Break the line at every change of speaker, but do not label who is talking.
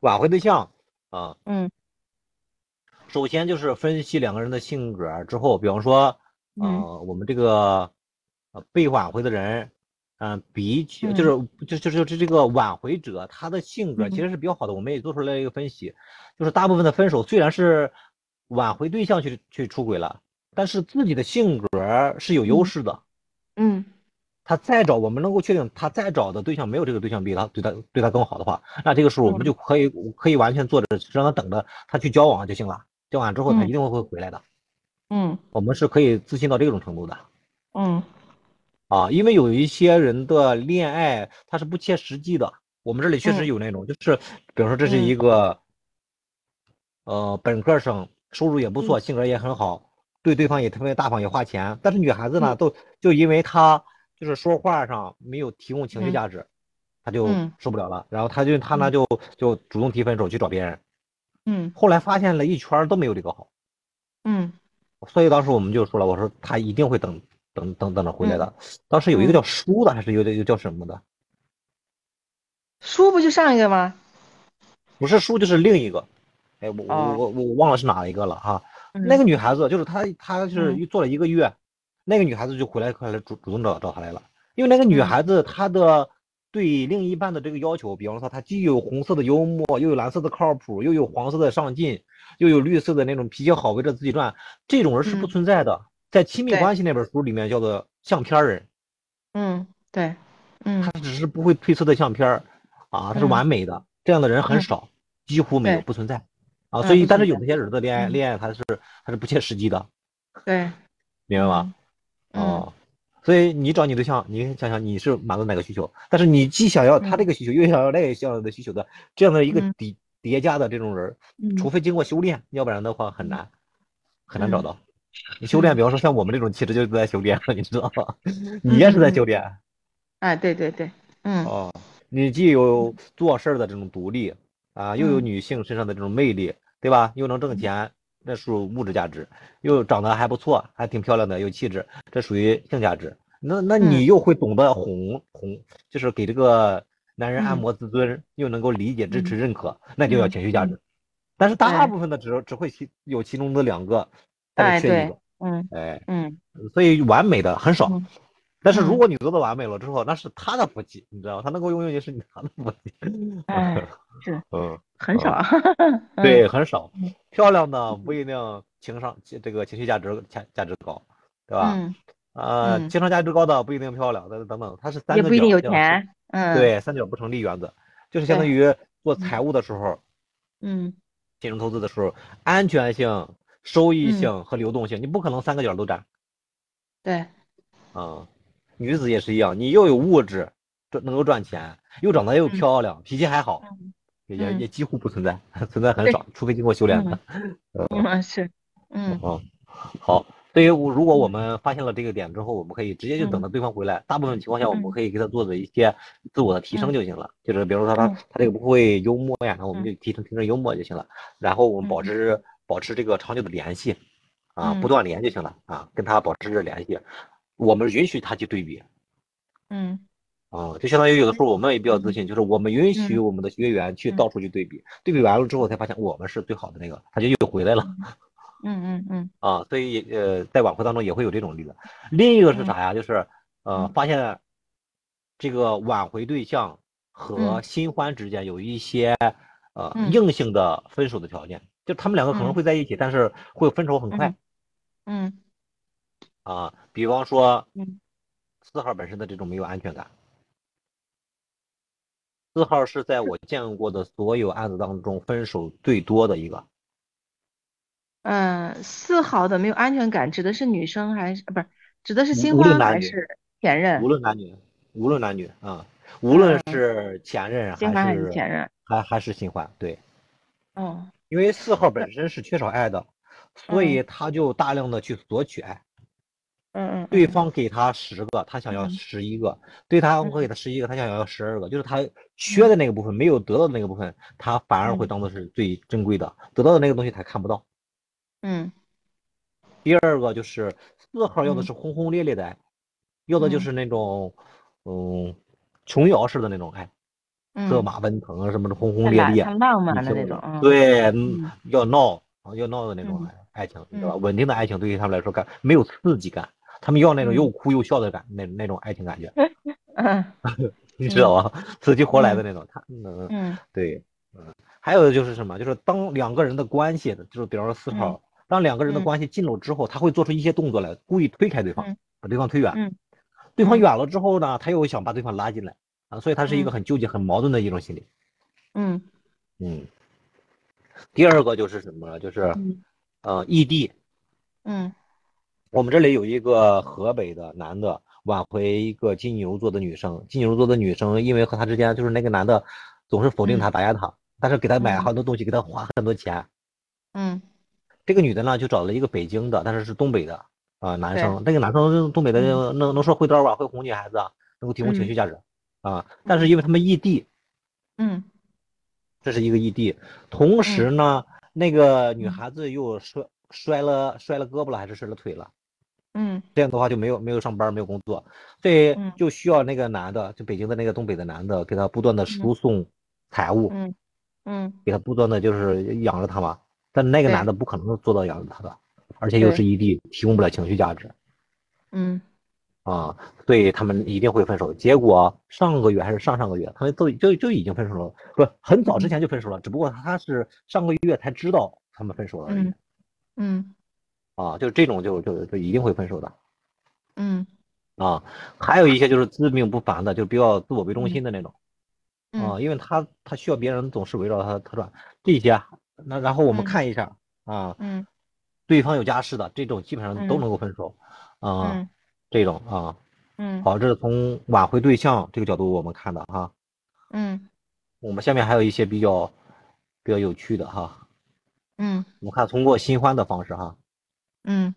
挽回对象啊，
嗯
首先就是分析两个人的性格儿之后，比方说，
嗯
呃，我们这个呃被挽回的人，嗯、比起就
嗯
是就就就是这个挽回者他的性格其
嗯
实是比较好的，我们也做出来一个分析，就是大部分的分手虽然是挽回对象去去出轨了，但是自己的性格儿是有优
嗯
势的。
嗯
他再找，我们能够确定他再找的对象没有这个对象比他对他对他更好的话，那这个时候我们
嗯
就可以可以完全坐着让他等着他去交往就行了。交往之后他一
嗯
定会会回来的，
嗯
我们是可以自信到这种程度的
嗯
啊，因为有一些人的恋爱他是不切实际的，我们这里确实
嗯
有那种，就是比如说这是
嗯
一个呃本科生，收入也不
嗯
错，性格也很好，对对方也特别大方，也花钱，但是女孩子呢，
嗯
都就因为她就是说话上没有提供情绪
嗯
价值。他就
嗯
受不了了，然后他就他呢
嗯
就就主动提分手去找别人，
嗯
后来发现了一圈儿都没有这个好，
嗯
所以当时我们就说了，我说他一定会等等等等着回来
嗯
的。当时有一个
嗯，
叫叔的，还是有点有叫什么的，
书不就上一个吗？
不是叔就是另一个，哎，我我
哦，
我我忘了是哪一个了哈。那
嗯
个女孩子就是她，她是
嗯
一做了一个月，那个女孩子就回来快来主主动找找他来了，因为那个女
嗯
孩子她的。对另一半的这个要求，比方说她既有红色的幽默，又有蓝色的靠谱，又有黄色的上进，又有绿色的那种脾气好围着自己转，这种人是不
嗯，
存在的，在亲密
对，
关系那本书里面叫做相片儿人，
嗯对，嗯
他只是不会推测的相片儿啊，他是
嗯
完美的，这样的人很
嗯
少，几乎没有，
对，
不存在啊。所
嗯
以，
不
但是
存
有
在，
这些人的恋爱
嗯
恋爱，他是他是不切实际的，
对，
明白吗？
嗯嗯
哦，所以你找你对象，你想想你是满足哪个需求，但是你既想要他这
嗯
个需求，又想要那个想要的需求的，这样的一个
嗯
叠叠加的这种人，除
嗯
非经过修炼，要不然的话很
嗯
难很难找
嗯
到。你修炼，
嗯
比方说像我们这种气质就是在修炼，你知道吗？ 你
嗯
也是在
嗯
修
嗯，
炼
哎，对对对，嗯
哦，你既有做事儿的这种独立啊，又有
嗯
女性身上的这种魅力，对吧？又能挣
嗯
钱，那属于物质价值；又长得还不错，还挺漂亮的，有气质，这属于性价值。那那
嗯
你又会懂得哄哄，就是给这个男人按
嗯
摩自尊，又能够理解、支持、
嗯
认可，那就要
嗯
情绪价
嗯，
值。但是大
对，
部分的只只会其有其中的两个，或者
哎
缺一
对，
个，
嗯
哎，
嗯
所以完美的很少。
嗯
但是如
嗯，
果你做的完美了之后，那是他的福气，你知道吗？他能够拥有你是你他的福气。
哎，是
嗯
很少
嗯，
啊， 嗯
对，很少，
嗯
漂亮的不一定情商这个情绪价值价价值高，对吧？
嗯
呃，
嗯，
情商价值高的不一定漂亮，等等等，它是
也
三个
不一定
角，
有
这样是
钱，嗯
对三角不成立原则，就是相当
对，
于做
嗯
财务的时候，
嗯
金融投资的时候，安全性、收益
嗯
性和流动性，你不可能三个角都占。
对，
啊，女子也是一样，你又有物质，赚能够赚钱，又长得又
嗯
漂亮，脾气还好，
嗯
也也
嗯
也几乎不存在， 存在很
对，
少，除非经过修炼的。
嗯嗯是，嗯
嗯，好，对于我如果我
嗯
们发现了这个点之后，我们可以直接就等
嗯
到对方回来。大部分情况下，我们
嗯
可以给他做的一些自我的提升
嗯
就行了，就是比如说他
嗯
他这个不会幽默呀，那我们
嗯
就提升提升幽默就行了。然后我们保
嗯
持保持这个长久的联系，啊，不
嗯
断连就行了啊，跟他保持着联系，我们允许他去对比。
嗯
啊，就相当于有的时候我们也比较自
嗯
信，就是我们允许
嗯
我们的学员去
嗯
到处去对比，对比完了之后才发现我们是最好的那个，他就又回来了
嗯嗯嗯
啊。所以也呃，在挽回当中也会有这种例子。另一个是
嗯
啥呀？就是呃，
嗯
发现这个挽回对象和
嗯
新欢之间有一些呃
嗯
硬性的分手的条件，就他们两个可能
嗯
会在一起，但是会分手很快
嗯嗯
啊。比方说
嗯
四号本身的这种没有安全感。四号是在我见过的所有案子当中分手最多的一个。
嗯，丝毫的没有安全感，指的是女生还是不是？指的是
无
新
无论
欢
男
还
女，
是前
无
任？
论男女，无论男女啊，无论
嗯，
是前任
新
还
欢还是
是
前任？
还还是新欢，对，
哦，
因为四号
那
本身是缺少爱的，所
嗯
以他就大量的去索取爱。
嗯
对
嗯
方给他十个，他想要
嗯
十一个；对他
嗯
会给他十一个，他想要十二个。就是他缺的
嗯
那个部分，没有得到的那个部分，他反而会
嗯
当做是最珍贵的，得到的那个东西他看不到。
嗯
第二个就是四号要的
嗯
是轰轰烈烈的爱，要的就
嗯
是那种嗯琼瑶式的那种爱策
嗯，
马奔腾什么的，轰轰
太
烈
浪
烈
太，浪漫
你
的
听我
那种
的，
嗯，
对，嗯
嗯
要闹啊，要闹的那种
嗯
爱爱情，你知道吧？
嗯
稳定的爱情对于他们来说感没有刺激感，他们要那种
嗯
又哭又笑的感，那那种爱情感觉，
嗯
你知道吧？ 死去活来的那种，他嗯，
嗯
对，嗯，还有就是什么，就是当两个人的关系，就是比方说四号，当两个人的
嗯
关系近了之后，他会做出一些动作来，故意推开对方
嗯，
把对方推远，
嗯
对方
嗯
远了之后呢，他又想把对方拉进来啊，所以他是一个
嗯
很纠结、很矛盾的一种心理。
嗯
嗯，第二个就是什么呢？就是
嗯
呃异地，
嗯
我们这里有一个河北的男的挽回一个金牛座的女生，金牛座的女生因为和他之间就是那个男的总是否定她、打压她，但是给她买
嗯
很多东西，给她花很多钱。
嗯
这个女的呢就找了一个北京的，但是是东北的啊、呃男生，这个男生东北的
嗯
能能说会道吧，会哄女孩子啊，能够提供情绪价值啊、但是因为他们异地，
嗯
这是一个异地。同时呢，那个女
嗯
孩子又摔摔了摔了胳膊了，还是摔了腿了。
嗯
这样的话就没有没有上班，没有工作，所以
嗯
就需要那个男的，就北京的那个东北的男的，给他不断的输送财物，
嗯嗯，
给他不断的就是养着他嘛。但那个
对
男的不可能做到养着他的，而且又
对
是异地，提供不了情绪价值
嗯
啊，所以他们一定会分手。结果上个月还是上上个月，他们都就就已经分手了，不是很早之前就分手了，只不过他是上个月才知道他们分手了而已
嗯嗯
啊，就是这种就就就一定会分手的。
嗯
啊，还有一些就是自命不凡的，就比较自我为中
嗯
心的那种啊，
嗯
因为他他需要别人总是围绕他他转这些啊。那然后我们
嗯
看一下啊，
嗯
对方有家室的这种基本上都
嗯
能够分手啊，
嗯
这种啊，
嗯
好，这是从挽回对象这个角度我们看的哈。
嗯
我们下面还有一些比较比较有趣的哈，
嗯 ừ,
我们看通过新欢的方式哈，
嗯